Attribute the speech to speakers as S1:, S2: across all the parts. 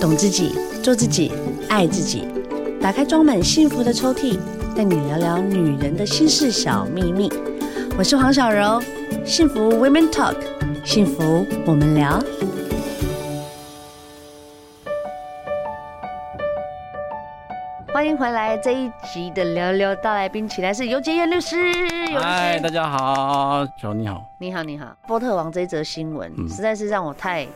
S1: 懂自己，做自己，爱自己。打开装满幸福的抽屉，带你聊聊女人的心事小秘密。我是黄小柔，幸福 Women Talk，幸福我们聊。欢迎回来，这一集的聊聊大来宾，请来是尤杰燕律师。尤律
S2: 嗨，
S1: 师
S2: 大家好，小你好。
S1: 你好，你好。波特王这一则新闻、
S2: 嗯
S1: 实在是让我太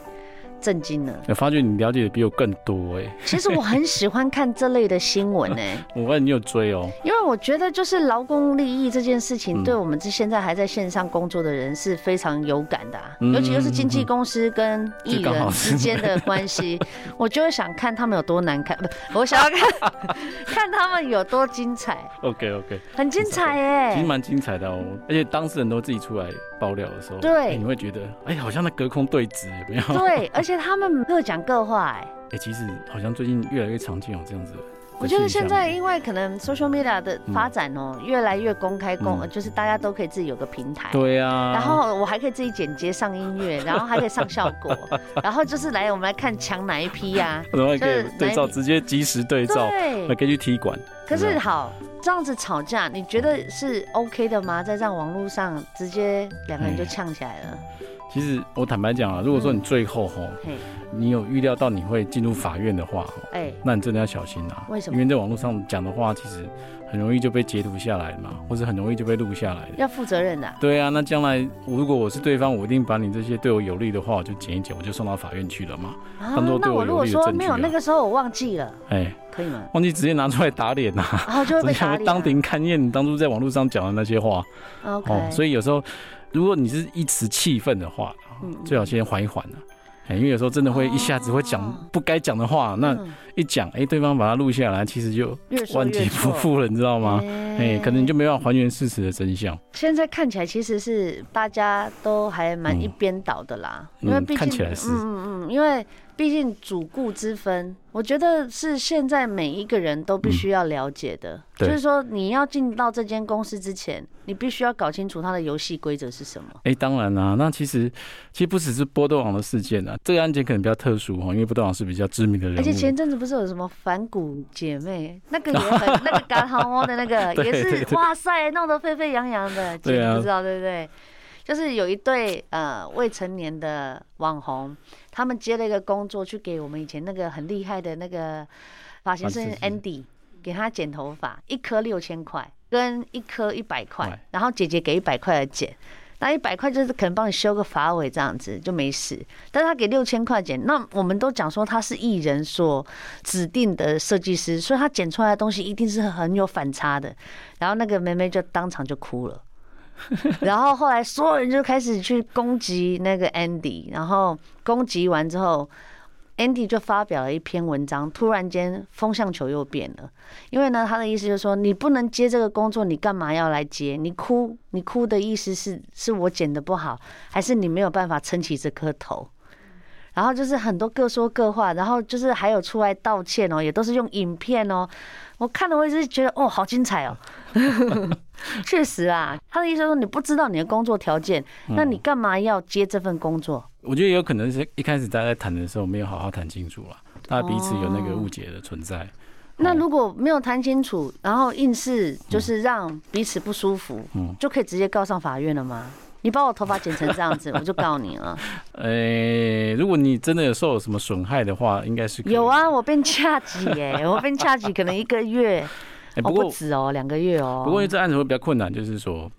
S1: 震惊了。
S2: 哎我发觉你了解的比我更多哎、
S1: 其实我很喜欢看这类的新闻欸呢、
S2: 我发现你有追哦、
S1: 因为我觉得就是劳工利益这件事情，
S2: 嗯
S1: 对我们这现在还在线上工作的人是非常有感的、啊，
S2: 嗯
S1: 尤其就是经纪公司跟艺
S2: 就刚
S1: 人
S2: 好
S1: 之
S2: 是
S1: 间的关
S2: 嗯
S1: 系， 我就会想看他们有多难看，不，我想要看 看他们有多精彩，
S2: OK OK，
S1: 很精彩
S2: 其实
S1: 耶、
S2: 蛮精彩的哦、而且当事人都自己出来爆料的时候，
S1: 对
S2: 哎你会觉得哎、好像在隔空对峙，有没有？哎、
S1: 对，而且他们各讲各话、 哎。
S2: 其实好像最近越来越常见有哦这样子的现象。
S1: 我觉得现在因为可能 social media 的
S2: 嗯
S1: 发展哦、越来越公开公，
S2: 嗯
S1: 呃就是大家都可以自己有个平台。
S2: 对啊，
S1: 然后我还可以自己剪接上音乐，然后还可以上效果， 然后就是来我们来看抢哪一批呀、
S2: 然后还可以
S1: 就是
S2: 对照，
S1: 哪一
S2: 直接及时对照，还
S1: 对，
S2: 可以去踢馆。
S1: 可
S2: 有没
S1: 是
S2: 有
S1: 好这样子吵架，你觉得是 OK 的吗？在这样网络上直接两个人就
S2: 哎
S1: 呛起来了，
S2: 其实我坦白讲啊，如果说你最后哈、
S1: 嘿，
S2: 你有预料到你会进入法院的话哦吼
S1: 哎，
S2: 那你真的要小心啊！
S1: 为什么
S2: 因为在网络上讲的话，其实很容易就被截图下来嘛，或者很容易就被录下来的。
S1: 要负责任的啊、
S2: 对啊，那将来我如果我是对方，我一定把你这些对我有利的话，我就剪一剪，我就送到法院去了嘛。
S1: 啊
S2: 当作对
S1: 那
S2: 我
S1: 我如果
S2: 有利的
S1: 说
S2: 证据
S1: 没有
S2: 啊
S1: 那个时候我忘记了，
S2: 哎，
S1: 可以 吗？
S2: 忘记直接拿出来打脸呐、啊，
S1: 然后 就会
S2: 直
S1: 被
S2: 接
S1: 打脸啊。
S2: 当庭勘验你当初在网络上讲的那些话
S1: OK，、
S2: 哦。所以有时候，如果你是一时气愤的话，
S1: 嗯
S2: 最好先缓一缓啊。哎，因为有时候真的会一下子会讲
S1: 哦
S2: 不该讲的话，那
S1: 嗯
S2: 一讲，哎，对方把它录下来，其实就
S1: 越说
S2: 万劫
S1: 越
S2: 不
S1: 错
S2: 复了，你知道吗？哎、
S1: 哎
S2: 可能你就没办法还原事实的真相。
S1: 现在看起来其实是大家都还蛮
S2: 嗯
S1: 一边倒的啦，
S2: 嗯
S1: 因为毕竟
S2: 看起来是
S1: 嗯嗯嗯，因为毕竟主顾之分，我觉得是现在每一个人都必须要了解的，就
S2: 嗯对
S1: 是说你要进到这间公司之前，你必须要搞清楚它的游戏规则是什么。
S2: 哎、当然啦、那其实其实不只是波多网的事件啊，这个案件可能比较特殊哈，哦因为波多网是比较知名的人物，
S1: 而且前阵子不是有什么反骨姐妹，那个也 很那个嘎汤窝的那个
S2: 对
S1: 也
S2: 对
S1: 是
S2: 对
S1: 哇塞，弄得沸沸扬扬的，姐
S2: 对啊
S1: 你不知道对不对？就是有一对呃未成年的网红，他们接了一个工作，去给我们以前那个很厉害的那个发型师
S2: 发型师
S1: Andy 给他剪头发，一颗六千块，跟一颗一百块
S2: 对，
S1: 然后姐姐给一百块来剪。那一百块就是可能帮你修个发尾这样子就没事，但是他给六千块钱，那我们都讲说他是艺人所指定的设计师，所以他剪出来的东西一定是很有反差的。然后那个妹妹就当场就哭了，然后后来所有人就开始去攻击那个 Andy，然后攻击完之后，Andy 就发表了一篇文章，突然间风向球又变了，因为呢，他的意思就是说，你不能接这个工作，你干嘛要来接？你哭，你哭的意思是是我剪的不好，还是你没有办法撑起这颗头？然后就是很多各说各话，然后就是还有出来道歉哦，也都是用影片哦。我看了，我也是觉得哦，好精彩哦。确实啊，他的意思说你不知道你的工作条件，
S2: 嗯
S1: 那你干嘛要接这份工作？
S2: 我觉得也有可能是一开始大家在谈的时候没有好好谈清楚啦，大家彼此有那个误解的存在。
S1: 那如果没有谈清楚，然后硬是就是让彼此不舒服，
S2: 嗯
S1: 就可以直接告上法院了吗？你把我头发剪成这 样子，我就告你了。
S2: 哎、如果你真的有受有什么损害的话，应该是可以
S1: 有。啊，我被掐几耶，我被掐几可能一个月，哦
S2: 哎不过、
S1: 不止哦，两个月哦。
S2: 不过因为这案子会比较困难，就是说。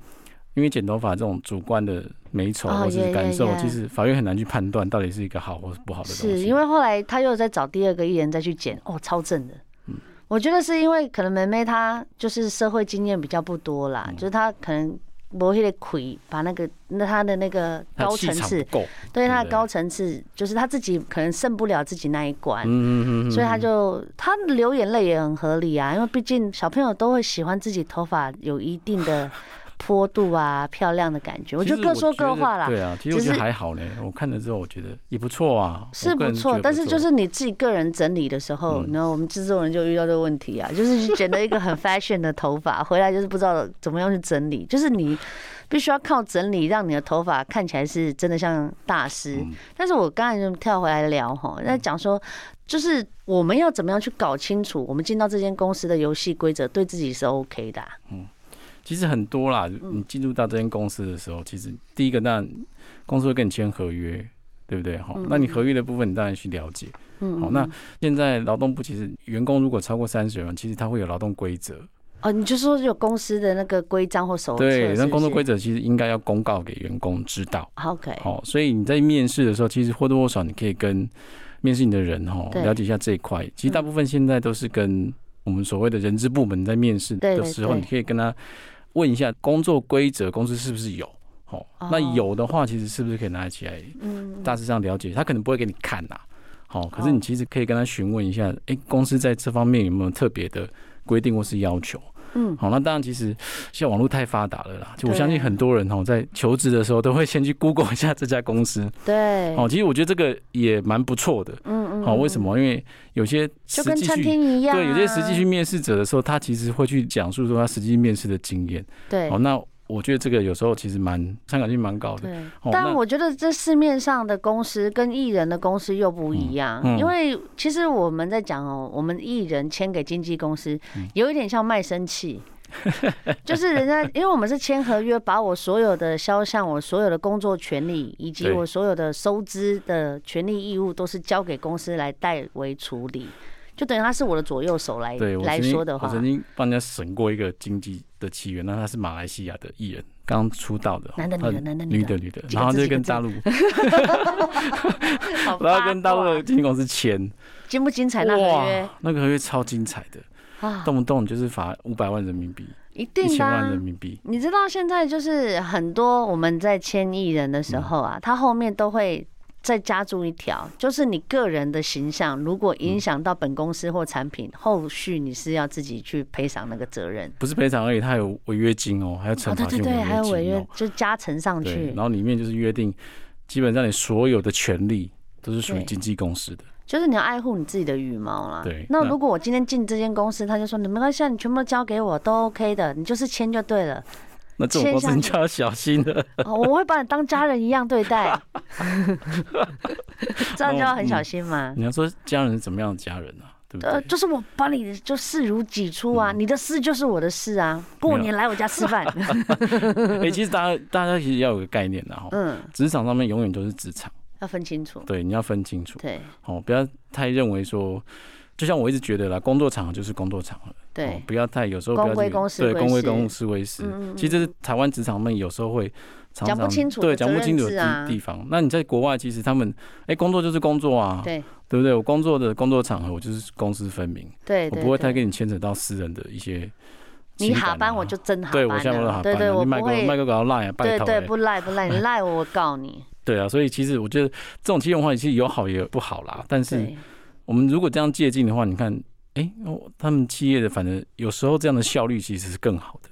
S2: 因为剪头发这种主观的美丑
S1: 哦
S2: 或是
S1: 耶耶
S2: 感受
S1: 耶
S2: 其实法院很难去判断到底是一个好或是不好的东西。
S1: 是因为后来他又在找第二个艺人再去剪，哦，超正的。
S2: 嗯
S1: 我觉得是因为可能梅梅她就是社会经验比较不多啦，
S2: 嗯
S1: 就是她可能磨黑的魁把那个那她的那个
S2: 它
S1: 高
S2: 气
S1: 层
S2: 场
S1: 次
S2: 不，够，
S1: 对她的
S2: 对不对
S1: 高层次，就是她自己可能胜不了自己那一关，
S2: 嗯嗯嗯嗯，
S1: 所以她就她流眼泪也很合理啊，因为毕竟小朋友都会喜欢自己头发有一定的 坡度啊、漂亮的感觉，我觉得各说各话啦。
S2: 对啊，其实我觉
S1: 只
S2: 得
S1: 是
S2: 还好呢。我看了之后，我觉得也不错啊，
S1: 是
S2: 我个
S1: 不
S2: 人觉
S1: 错，
S2: 得嗯
S1: 但是就是你自己个人整理的时候，然后我们制作人就遇到这个问题啊，就是剪了一个很 fashion 的头发，回来就是不知道怎么样去整理，就是你必须要靠整理让你的头发看起来是真的像大师。
S2: 嗯
S1: 但是我刚才就跳回来聊哈，在讲说。就是我们要怎么样去搞清楚，我们进到这间公司的游戏规则，对自己是 OK 的啊、
S2: 其实很多啦。
S1: 嗯
S2: 你进入到这间公司的时候，其实第一个，那公司会跟你签合约，对不对？好，那你合约的部分，你当然去了解。
S1: 嗯，
S2: 好，那现在劳动部其实员工如果超过三十人，其实它会有劳动规则。
S1: 哦，你就说有公司的那个规章或手册，
S2: 对，那
S1: 哦是
S2: 工作规
S1: 则
S2: 则其实应该要公告给员工知道。
S1: OK，
S2: 好，所以你在面试的时候，其实或多或少你可以跟面试你的人哈
S1: 对嗯
S2: 了解一下这一块。其实大部分现在都是跟我们所谓的人资部门在面试
S1: 对
S2: 的
S1: 对
S2: 时候，
S1: 对
S2: 你可以跟他问一下工作规则，公司是不是有。哦，那
S1: 哦
S2: 有的话，其实是不是可以拿起来
S1: 嗯，
S2: 大致上了解？他可能不会给你看呐、好、可是
S1: 哦
S2: 你其实可以跟他询问一下，诶，公司在这方面有没有特别的规定或是要求？
S1: 嗯
S2: 好，那当然，其实现在网络太发达了啦，就我
S1: 对啊
S2: 相信很多人哦，在求职的时候都会先去 Google 一下这家公司。
S1: 对，
S2: 哦，其实我觉得这个也蛮不错的。
S1: 嗯嗯，
S2: 好，为
S1: 嗯
S2: 什么？因为有些
S1: 就
S2: 实
S1: 跟
S2: 际
S1: 餐
S2: 去。
S1: 厅一样啊、
S2: 对，有些实际去面试者的时候，他其实会去讲述说他实际面试的经验。
S1: 对
S2: 哦，那我觉得这个有时候其实蛮参考性蛮高的。
S1: 对。
S2: 哦，
S1: 但
S2: 那
S1: 我觉得这市面上的公司跟艺人的公司又不一样，
S2: 嗯嗯
S1: 因为其实我们在讲哦，我们艺人签给经纪公司，
S2: 嗯
S1: 有一点像卖身契。 就是人家，因为我们是签合约，把我所有的肖像、我所有的工作权利以及
S2: 对
S1: 我所有的收支的权利义务，都是交给公司来代为处理，就等于他是我的左右手来
S2: 对我
S1: 来
S2: 曾经
S1: 说的话
S2: 我，曾经帮人家审过一个经济的契约，那他是马来西亚的艺人，刚出道的哦，
S1: 男的女
S2: 他
S1: 的男的女
S2: 女
S1: 的
S2: 的女的，
S1: 几个
S2: 然后
S1: 字
S2: 就
S1: 几个
S2: 跟
S1: 字
S2: 大陆，
S1: 好
S2: 然后
S1: 八
S2: 跟大陆
S1: 卦
S2: 的经纪公司签，
S1: 精不精彩那合约
S2: 哇，那个合约超精彩的，
S1: 啊，
S2: 动不动就是罚五百万人民币，
S1: 一
S2: 一
S1: 定的、
S2: 千万
S1: 啊
S2: 人。民币。
S1: 你知道现在就是很多我们在签艺人的时候
S2: 嗯
S1: 啊，他后面都会再加注一条，就是你个人的形象如果影响到本公司或产品，后续你是要自己去赔偿那个责任。
S2: 不是赔偿而已，它还有违约金哦，还有
S1: 哦，
S2: 惩
S1: 对对
S2: 罚性
S1: 对，还有违
S2: 违约金
S1: 约
S2: 哦。
S1: 就加成上
S2: 对，
S1: 去
S2: 然，后里面就是约定，基本上你所有的权利都是属于
S1: 对
S2: 经纪公司的。
S1: 就是你要爱护你自己的羽毛啦。
S2: 对
S1: 那
S2: 那
S1: 如果我今天进这间公司，他就说你没关系啊，你全部都交给我，都 OK 的，你就是签就对了。
S2: 那这种公
S1: 签下
S2: 司
S1: 去
S2: 你就要小心了，
S1: 哦，我会把你当家人一样对待，这样就要很小心嘛。
S2: 你要说家人是怎么样的家人啊，对不
S1: 呃，
S2: 对？
S1: 就是我把你就视如己出
S2: 嗯
S1: 啊，你的事就是我的事啊。过年来我家吃 饭，
S2: 哎，其实大家大家其实要有个概念啊的哈，
S1: 嗯，
S2: 职场上面永远都是职场，
S1: 要分清楚。
S2: 对，你要分清楚，
S1: 对
S2: 哦，不要太认为说，就像我一直觉得啦，工作场合就是工作场合。哦
S1: 对，
S2: 不要太有时候
S1: 公
S2: 不要
S1: 归
S2: 去
S1: 公私
S2: 对
S1: 归
S2: 公归
S1: 私
S2: 公私归私
S1: 嗯嗯嗯。
S2: 其实这是台湾职场们有时候会常
S1: 讲不
S2: 常
S1: 清楚
S2: 对
S1: 的
S2: 讲不
S1: 责
S2: 清
S1: 任
S2: 楚的
S1: 制
S2: 地、
S1: 啊
S2: 地方。那你在国外，其实他们哎、工作就是工作啊，
S1: 对
S2: 对不对？我工作的工作场合，我就是公私分明，
S1: 对
S2: 我
S1: 对，
S2: 不会太
S1: 对
S2: 跟你牵扯到私人的一些
S1: 你
S2: 情感啊。
S1: 哈班我就真哈
S2: 对
S1: 班
S2: 我
S1: 了，
S2: 现在都好班
S1: 对对，
S2: 了，
S1: 我
S2: 你卖
S1: 不
S2: 个卖
S1: 会，
S2: 个搞赖啊，拜
S1: 对
S2: 托
S1: 对，
S2: 嘞。
S1: 不赖不 赖，你赖我，我告你。
S2: 对啊，所以其实我觉得这种企业文化其实有好也有不好啦，但是
S1: 对，
S2: 我们如果这样借鉴的话，你看，哎、哦，他们企业的反正有时候这样的效率其实是更好的。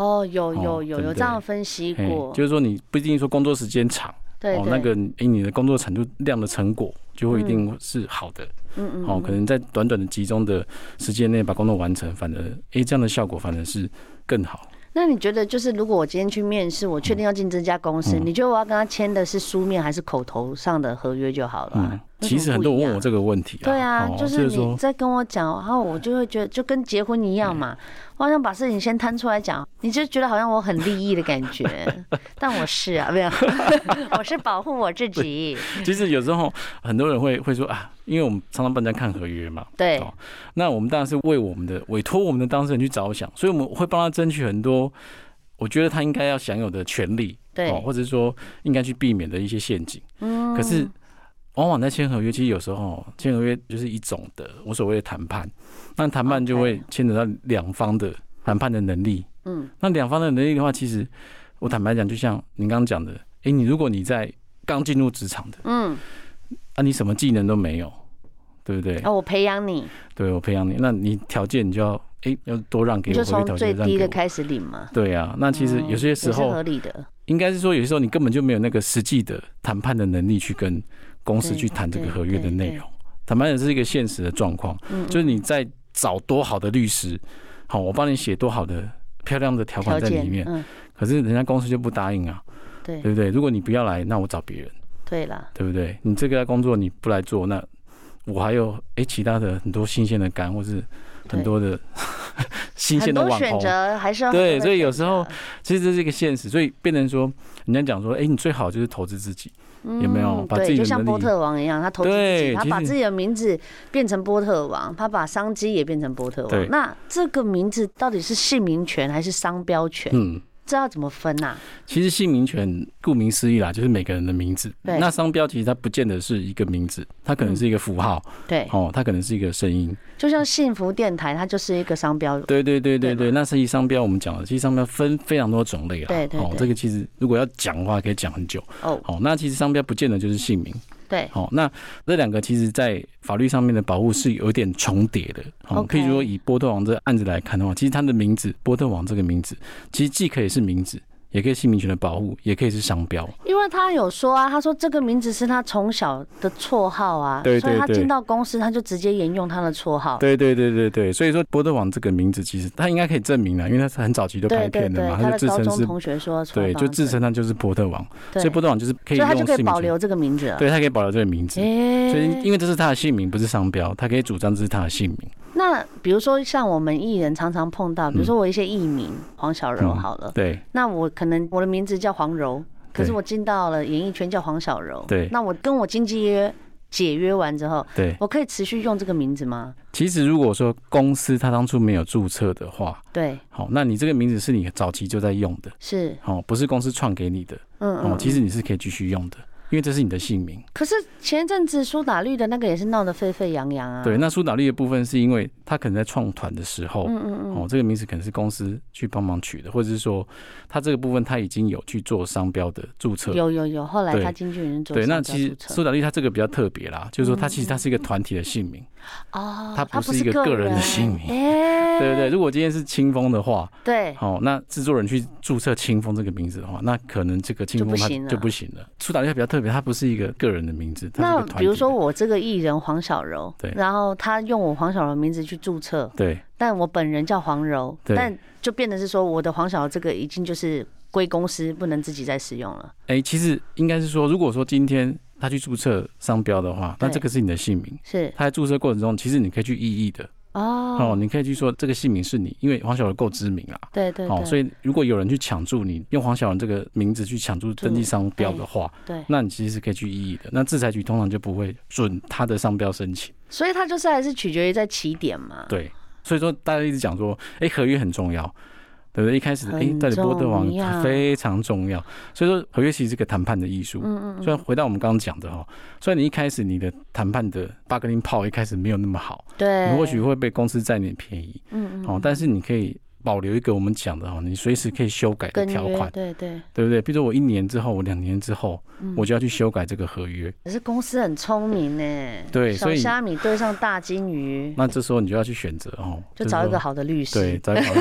S1: 哦，有有
S2: 哦
S1: 有
S2: 对
S1: 有
S2: 不
S1: 这样
S2: 对
S1: 分析
S2: 嘿
S1: 过，
S2: 就是说你不一定说工作时间长，
S1: 对
S2: 哦，
S1: 对，
S2: 那个哎、诶你的工作产出量的成果就会一定是好的，
S1: 嗯嗯，
S2: 哦，
S1: 嗯
S2: 可能在短短的集中的时间内把工作完成，反而哎、诶这样的效果反而是更好。
S1: 那你觉得，就是如果我今天去面试，我确定要进这家公司，
S2: 嗯
S1: 你觉得我要跟他签的是书面还是口头上的合约就好了啊、为
S2: 嗯，
S1: 什么
S2: 其实很多
S1: 不一
S2: 人
S1: 样
S2: 问我这个问题啊，
S1: 对啊，
S2: 哦、
S1: 就
S2: 就是
S1: 你
S2: 说
S1: 在跟我讲，然后我就会觉得，就跟结婚一样嘛，
S2: 嗯
S1: 我好像把事情先摊出来讲，你就觉得好像我很利益的感觉， 但我是啊，没有， 我是保护我自己，
S2: 其实有时候很多人会会说啊，因为我们常常帮人家看合约嘛，
S1: 对
S2: 哦那我们当然是为我们的委托我们的当事人去着想，所以我们会帮他争取很多我觉得他应该要享有的权利，
S1: 对
S2: 哦，或者说应该去避免的一些陷阱。
S1: 嗯，
S2: 可是往往在签合约，其实有时候哦签合约就是一种的我所谓的谈判，那谈判就会
S1: OK
S2: 牵扯到两方的谈判的能力。
S1: 嗯，
S2: 那两方的能力的话，其实我坦白讲，就像您刚刚讲的，诶，你如果你在刚进入职场的，
S1: 嗯，
S2: 啊，你什么技能都没有，对不对？
S1: 哦，我培养你，
S2: 对我培养你，那你条件你就要哎、要多让给
S1: 你
S2: 我，
S1: 就
S2: 回
S1: 从
S2: 去条
S1: 最
S2: 件让给
S1: 低的
S2: 我
S1: 开始哦领嘛。嗯
S2: 对啊，那其实有些时
S1: 也是
S2: 候
S1: 合理的，
S2: 应该是说，有些时候你根本就没有那个实际的谈判的能力去跟公司
S1: 对
S2: 去谈这个
S1: 对
S2: 合约的
S1: 对
S2: 内
S1: 对
S2: 容。坦白讲，是一个现实的状况，
S1: 嗯，
S2: 就是你在找多好的律师，好，我帮你写多好的漂亮的条
S1: 条
S2: 款在
S1: 件
S2: 里面，
S1: 嗯，
S2: 可是人家公司就不答应啊，
S1: 对
S2: 对不对？如果你不要来，那我找别人，
S1: 对啦，
S2: 对不对？你这个工作你不来做，那我还有诶其他的很多新鲜的干，或是很
S1: 对
S2: 多的 新鲜
S1: 很
S2: 的
S1: 多
S2: 网
S1: 选
S2: 红，
S1: 择还是要
S2: 对
S1: 很多的
S2: 所以有
S1: 选
S2: 时候
S1: 择
S2: 其实这是一个现实，所以变成说，人家讲说，哎、你最好就是投资自己，有没有
S1: 嗯
S2: 把自己
S1: 对，就
S2: 的
S1: 像
S2: 能
S1: 波
S2: 力
S1: 特王一样，他投资自
S2: 对
S1: 己，他
S2: 其
S1: 把
S2: 实
S1: 自己的名字变成波特王，他把商机也变成波特
S2: 对
S1: 王。那这个名字到底是姓名权还是商标权？
S2: 嗯，
S1: 这要怎么分呐、啊？
S2: 其实姓名权顾名思义啦，就是每个人的名字。
S1: 对嗯
S2: 那商标其实它不见得是一个名字，它可能是一个符号，
S1: 对，
S2: 哦，它可能是一个声音。
S1: 就像幸福电台，它就是一个商标。
S2: 对对对对
S1: 对
S2: 对，那是一商标，我们讲的，其实商标分非常多种类啦。
S1: 对对
S2: 哦，
S1: 对
S2: 这个其实如果要讲的话，可以讲很久。
S1: 哦，
S2: 哦，那其实商标不见得就是姓名。
S1: 对，
S2: 哦，那这两个其实在法律上面的保护是有点重叠的。哦，
S1: OK
S2: 譬如说以波特王这个案子来看的话，其实他的名字波特王这个名字，其实既可以是名字，也可以姓名权的保护，也可以是商标。
S1: 因为他有说啊，他说这个名字是他从小的绰号啊，
S2: 对
S1: 所以
S2: 对
S1: 他
S2: 对
S1: 进到公司他就直接沿用他的绰号。
S2: 对对对对对，所以说波特王这个名字其实他应该可以证明了，因为他是很早期就拍
S1: 对对
S2: 片的
S1: 对
S2: 嘛，，
S1: 他
S2: 就
S1: 的
S2: 自
S1: 高
S2: 称
S1: 中
S2: 是，
S1: 同学说的
S2: 对，
S1: 绰号
S2: 就自称他就是波特王，
S1: 对
S2: 所以波特王就是可以
S1: 所以他
S2: 用
S1: 就可以
S2: 姓名
S1: 保
S2: 权，
S1: 留这个名字了。
S2: 对他可以保留这个名字。
S1: 诶，
S2: 所以，因为这是他的姓名，不是商标，他可以主张这是他的姓名。
S1: 那比如说像我们艺人常常碰到，
S2: 嗯
S1: 比如说我一些艺名、黄小柔好了，
S2: 对
S1: 那我可能我的名字叫黄柔，可是我进到了演艺圈叫黄小柔，
S2: 对
S1: 那我跟我经纪约解约完之后，
S2: 对，
S1: 我可以持续用这个名字吗？
S2: 其实如果说公司它当初没有注册的话，
S1: 对，
S2: 好，那你这个名字是你早期就在用的，
S1: 是，
S2: 好，不是公司创给你的，
S1: 嗯
S2: 哦
S1: 嗯，。
S2: 其实你是可以继续用的，因为这是你的姓名。
S1: 可是前一阵子苏打绿的那个也是闹得沸沸扬扬啊，
S2: 对，那苏打绿的部分是因为他可能在创团的时候，
S1: 嗯嗯嗯，
S2: 哦，这个名字可能是公司去帮忙取的，或者是说他这个部分他已经有去做商标的注册。
S1: 有有有，后来
S2: 对
S1: 他经纪人做
S2: 对，
S1: 商
S2: 那
S1: 标
S2: 其实
S1: 注册嗯
S2: 苏打绿他这个比较特别啦，就是说他其实他是一个团体的姓名，
S1: 哦，
S2: 它不
S1: 不
S2: 是一个个人的
S1: 人
S2: 姓名
S1: 诶
S2: 对不对？如果今天是清风的话，
S1: 对，
S2: 好、那制作人去注册清风这个名字的话，那可能这个清风
S1: 就不
S2: 它
S1: 行了
S2: 就不行了。苏打绿它比较特别，它不是一个个人的名字，它是一
S1: 那
S2: 个团体的。
S1: 比如说我这个艺人黄小柔，
S2: 对
S1: 然后他用我黄小柔名字去注册，
S2: 对
S1: 但我本人叫黄柔，
S2: 对
S1: 但就变得是说我的黄小柔这个已经就是归公司，不能自己再使用了。
S2: 哎、其实应该是说，如果说今天他去注册商标的话，那
S1: 对
S2: 这个是你的姓名。
S1: 是
S2: 他在注册过程中，其实你可以去异议的哦
S1: 哦，
S2: 你可以去说这个姓名是你，因为黄小柔够知名啦。
S1: 对对
S2: 哦，
S1: 对，
S2: 所以如果有人去抢注你用黄小柔这个名字去抢注登记商标的话，
S1: 对，
S2: 那你其实是可以去异议的。那制裁局通常就不会准他的商标申请。
S1: 所以它就是还是取决于在起点嘛。
S2: 对，所以说大家一直讲说，哎、合约很重要，对不对？一开始，哎、
S1: 很
S2: 到底波特王
S1: 重要
S2: 非常重要，所以说合约其实是个谈判的艺术。
S1: 嗯嗯
S2: 虽然回到我们刚刚讲的哈，虽然你一开始你的谈判的八格林炮一开始没有那么好，
S1: 嗯，对，
S2: 你或许会被公司占点便宜
S1: 嗯嗯
S2: 哦，但是你可以保留一个我们讲的哈，哦你随时可以修改的
S1: 跟
S2: 条
S1: 约
S2: 款，
S1: 对对，
S2: 对不对？比如说我一年之后，我两年之后，
S1: 嗯
S2: 我就要去修改这个合约，
S1: 可是公司很聪明呢，
S2: 对所
S1: 小
S2: 以
S1: 虾米对上大金鱼，
S2: 那这时候你就要去选择哦，
S1: 就是找一
S2: 说
S1: 个好的律
S2: 对，
S1: 师。
S2: 再考虑，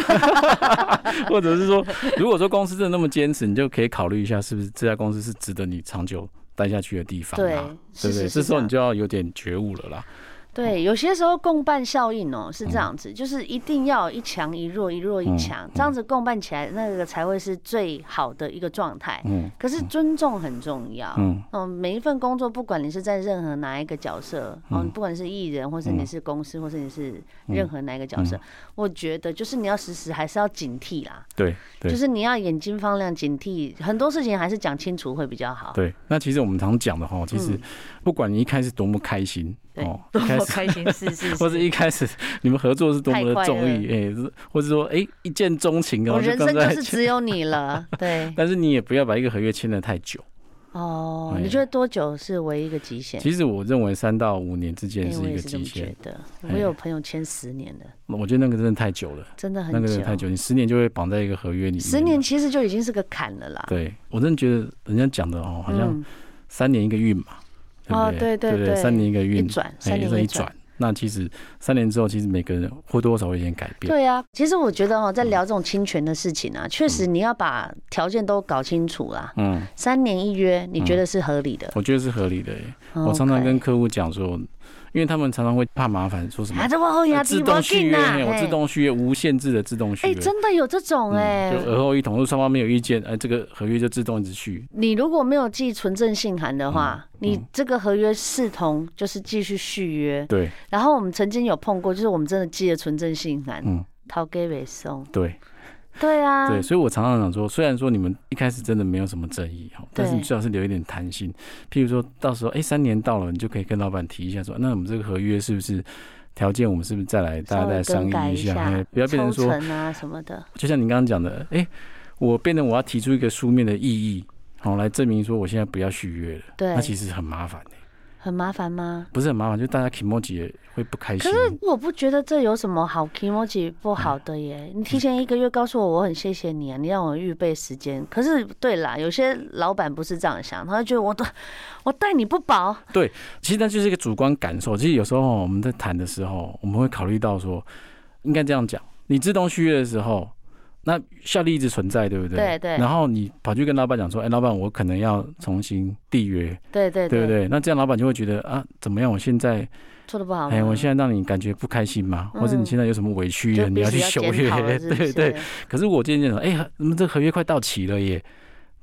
S2: 或者是说，如果说公司真的那么坚持，你就可以考虑一下，是不是这家公司是值得你长久待下去的地方
S1: 对
S2: 啦，，对
S1: 事实
S2: 不对？这
S1: 是
S2: 时
S1: 这
S2: 候
S1: 样
S2: 你。就要有点觉悟了啦。哦
S1: 对，有些时候共伴效应哦、
S2: 嗯
S1: 是这样子，就是一定要有一强一弱，一弱一强，这样子共伴起来，那个才会是最好的一个状态。
S2: 嗯
S1: 可是尊重很重要。
S2: 嗯，
S1: 嗯，每一份工作，不管你是在任何哪一个角色，哦，
S2: 嗯
S1: 不管是艺人，或是你是公司，或是你是任何哪一个角
S2: 嗯
S1: 色，我觉得就是你要时时还是要警惕啦，
S2: 对对
S1: 就是你要眼睛放亮，警惕很多事情还是讲清楚会比较好。
S2: 对。那其实我们常讲的哈，其实不管你一开始多么开心
S1: 嗯对
S2: 哦，
S1: 多
S2: 一开
S1: 么
S2: 始。
S1: 开心，是是
S2: 或者
S1: 是，
S2: 一开始你们合作是多么的
S1: 太快
S2: 中
S1: 乐
S2: 意，哎、是或者说哎、一见钟情哦，
S1: 我
S2: 就
S1: 人
S2: 刚
S1: 生就
S2: 在
S1: 是只有你了，对。
S2: 但是你也不要把一个合约签得太久。
S1: 哦，
S2: 哎
S1: 你觉得多久是唯一一个极限？
S2: 其实我认为三到五年之间
S1: 哎
S2: 是
S1: 我
S2: 一
S1: 也
S2: 个
S1: 是这
S2: 极
S1: 么觉
S2: 限，
S1: 得。我
S2: 哎
S1: 有朋友签十年的，
S2: 我觉得那个真的太久了。
S1: 真的很
S2: 那个真的太
S1: 久。
S2: 久，你十年就会绑在一个合约里面。
S1: 十年，其实就已经是个坎了啦。
S2: 对我真的觉得人家讲的哦，好像
S1: 嗯，
S2: 三年一个运嘛，对
S3: 哦
S2: 不对？
S3: 对对
S2: 对
S3: 对
S2: 三年一个
S1: 一
S2: 运，
S1: 转
S2: 哎
S1: 三年
S2: 这
S1: 一
S2: 一
S1: 转
S2: 转，那其实三年之后，其实每个人或多或少会有点改变。
S1: 对啊，其实我觉得哦，在
S2: 嗯
S1: 聊这种侵权的事情啊，确实你要把条件都搞清楚啦。
S2: 嗯，
S1: 三年一约，你觉得是合理的？
S2: 我觉得是合理的耶。我常常跟客户讲说，因为他们常常会怕麻烦，说什么
S1: 啊，这往后压
S2: 呃
S1: 低
S2: 自
S1: 我
S2: 动续
S1: 进
S2: 约，
S1: 啦，
S2: 嘿我自动续约无限制的自动续
S1: 哎，
S2: 约，
S1: 真的有这种哎
S2: 嗯，就而后一统，如果双方没有意见，哎，这个合约就自动一直续。
S1: 你如果没有寄存证信函的话，
S2: 嗯
S1: 你这个合约视同就是继续续约。
S2: 对
S1: 然后我们曾经有碰过，就是我们真的寄了存证信函
S2: 嗯，
S1: 逃给北送。
S2: 对
S1: 对啊，
S2: 对，所以我常常想说，虽然说你们一开始真的没有什么争议哈，但是
S1: 对
S2: 你最好是留一点弹性。譬如说到时候，哎，三年到了，你就可以跟老板提一下说，那我们这个合约是不是条件，我们是不是再来大
S1: 稍
S2: 家
S1: 微
S2: 再商
S1: 更改
S2: 议
S1: 一
S2: 下，
S1: 下
S2: 嘿，不要变成说
S1: 抽成啊什么的。
S2: 就像你刚刚讲的，哎、我变成我要提出一个书面的异议，好、来证明说我现在不要续约了，
S1: 对
S2: 那，其实很麻烦、欸、
S1: 很麻烦吗？
S2: 不是很麻烦，就大家 emoji 也会不开
S1: 可
S2: 心。
S1: 是我不觉得这有什么好 i m o j i 不好的耶。
S2: 嗯
S1: 你提前一个月告诉我，我很谢谢你啊，你让我预备时间。可是对啦，有些老板不是这样想，他就觉得我都我待你不薄，
S2: 其实那就是一个主观感受。其实有时候哦我们在谈的时候，我们会考虑到说，应该这样讲：你自动续约的时候，那效力一直存在，对不对？
S1: 对对
S2: 然后你跑去跟老板讲说：“哎、老板，我可能要重新缔约，
S1: 对对
S2: 对不对？”那这样老板就会觉得啊，怎么样？我现在
S1: 做的不好吗。
S2: 哎、我现在让你感觉不开心吗？或者你
S1: 哦嗯
S2: 现在有什么委屈
S1: 就
S2: 了？你
S1: 彼
S2: 要
S1: 此
S2: 去修
S1: 检
S2: 约
S1: 讨了，是不
S2: 对
S1: 是
S2: 对。可是我渐渐说，哎、呀，你们这合约快到期了耶，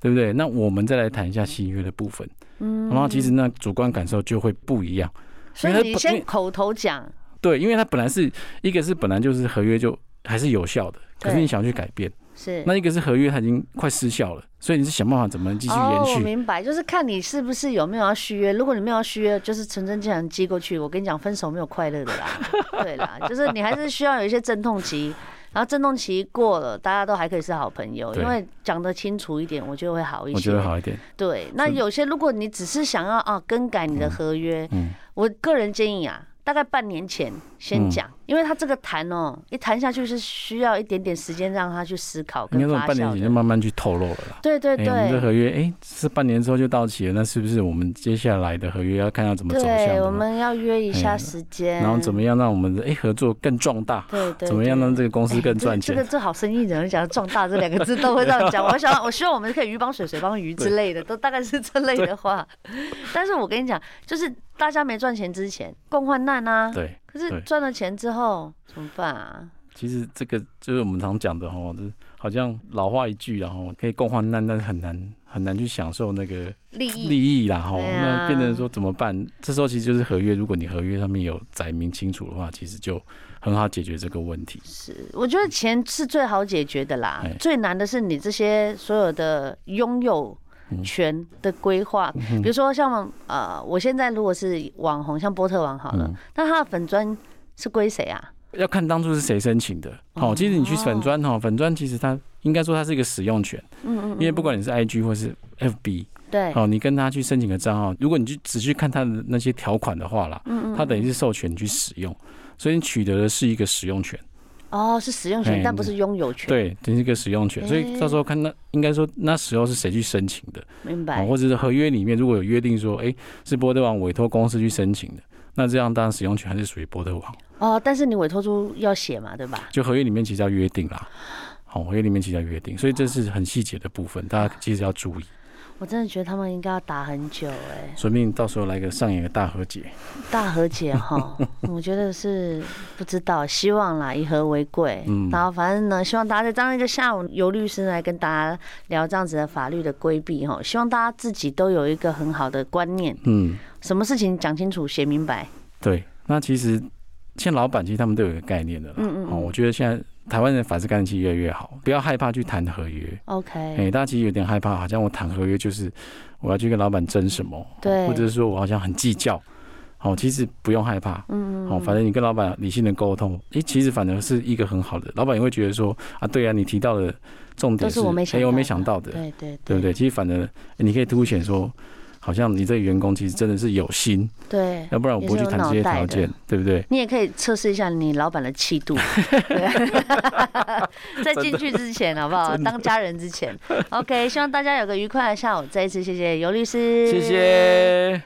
S2: 对不对？那我们再来谈一下新约的部分，
S1: 嗯
S2: 然后其实那主观感受就会不一样。
S1: 所以
S2: 因为他
S1: 你
S2: 不
S1: 先
S2: 因为
S1: 口头讲，
S2: 对，因为它本来是一个是本来就是合约就还是有效的，可是
S1: 对
S2: 你想要去改变，
S1: 是
S2: 那一个是合约它已经快失效了，所以你是想办法怎么继续延
S1: 哦，我
S2: 续。
S1: 明白，就是看你是不是有没有要续约。如果你没有要续约，就是纯真既然寄过去，我跟你讲，分手没有快乐 的啦，对啦，就是你还是需要有一些阵痛期。然后阵痛期过了，大家都还可以是好朋友，
S2: 对
S1: 因为讲得清楚一点，我觉得会好一些。
S2: 我觉得好一点，
S1: 对，那有些如果你只是想要啊更改你的合约，
S2: 嗯
S1: 我个人建议啊，大概半年前先
S2: 嗯
S1: 讲，因为他这个谈哦，一谈下去是需要一点点时间让他去思考
S2: 应
S1: 跟
S2: 该说
S1: 发
S2: 半年
S1: 酵
S2: 前就
S1: 的。
S2: 慢慢去透露了啦。
S1: 对对
S2: 哎、我们这
S1: 对，
S2: 合约哎、是半年之后就到期了，那是不是我们接下来的合约要看要怎么走向
S1: 对，
S2: 的
S1: 我
S2: 嘛？
S1: 们要约一下
S2: 哎
S1: 时间，
S2: 然后怎么样让我们的哎、合作更壮大？
S1: 对对，
S2: 怎么样
S1: 对
S2: 让这个公司
S1: 哎
S2: 更
S1: 这
S2: 赚
S1: 这
S2: 钱
S1: 个？这好生意人讲“壮大”这两个字都会这样 讲。我想，我希望我们可以鱼帮水，水帮鱼之类的，都大概是这类的话。但是我跟你讲，就是大家没赚钱之前共患难啊，
S2: 对，
S1: 可是
S2: 对
S1: 赚了钱之后怎么办啊？
S2: 其实这个就是我们常讲的哦，就是好像老话一句啦，然后可以共患难，但是很难很难去享受那个
S1: 利益
S2: 利益啦，吼，
S1: 对啊
S2: 那变成说怎么办？这时候其实就是合约，如果你合约上面有载明清楚的话，其实就很好解决这个问题。
S1: 是，我觉得钱是最好解决的啦
S2: 哎，
S1: 最难的是你这些所有的拥有。权的规划，
S2: 嗯
S1: 比如说像呃，我现在如果是网红，像波特王好了
S2: 嗯，
S1: 那他的粉砖是归谁啊？
S2: 要看当初是谁申请的，好、
S1: 哦
S2: 其实你去粉砖哈，粉砖其实它应该说它是一个使用权，
S1: 嗯嗯嗯，
S2: 因为不管你是 IG 或是 FB，
S1: 对，
S2: 好、你跟他去申请个账号，如果你去只去看他的那些条款的话啦，
S1: 嗯
S2: 他等于是授权你去使用，所以你取得的是一个使用权。
S1: 哦，是使用权，
S2: 哎
S1: 但不是拥有权。，
S2: 对，这是一个使用权，所以到时候看那应该说那时候是谁去申请的，
S1: 明
S2: 啊，
S1: 白。
S2: 或者是合约里面如果有约定说，哎、是波特王委托公司去申请的，那这样当然使用权还是属于波特王，
S1: 哦，但是你委托书要写嘛，对吧？
S2: 就合约里面其实要约定啦。好，合约里面其实要约定，所以这是很细节的部分，大家其实要注意，
S1: 我真的觉得他们应该要打很久哎、
S2: 说不定到时候来个上演个大和解。
S1: 大和解 哈，我觉得是不知道，希望啦，以和为贵。
S2: 嗯
S1: 然后反正呢，希望大家在这样一个下午，由律师来跟大家聊这样子的法律的规避哈，希望大家自己都有一个很好的观念，
S2: 嗯，
S1: 什么事情讲清楚、写明白。
S2: 对。那其实现在老板其实他们都有一个概念的啦。
S1: 嗯嗯嗯
S2: 哦，我觉得现在台湾人法治概念其实越来越好，不要害怕去谈合约。哎、
S1: OK，
S2: 大家其实有点害怕，好像我谈合约就是我要去跟老板争什么，
S1: 对
S2: 或者是说我好像很计较。哦，其实不用害怕，
S1: 嗯嗯
S2: 哦，反正你跟老板理性的沟通，诶、其实反而是一个很好的，老板也会觉得说啊，对啊，你提到的重
S1: 都
S2: 点
S1: 是
S2: 是，
S1: 我没
S2: 诶
S1: 想
S2: 我没
S1: 到
S2: 想
S1: 的
S2: 到的，
S1: 对对
S2: 对不对？其实反而、诶你可以凸显说，好像你这个员工其实真的是有心，
S1: 对，
S2: 要不然我
S1: 也
S2: 不会
S1: 是
S2: 去
S1: 有
S2: 谈
S1: 脑
S2: 这些
S1: 袋
S2: 条
S1: 的
S2: 件，对不对？
S1: 你也可以测试一下你老板的气 度， 对在进去之前好不好？当家人之前，OK，希望大家有个愉快的下午。再一次谢谢尤律师，
S2: 谢谢。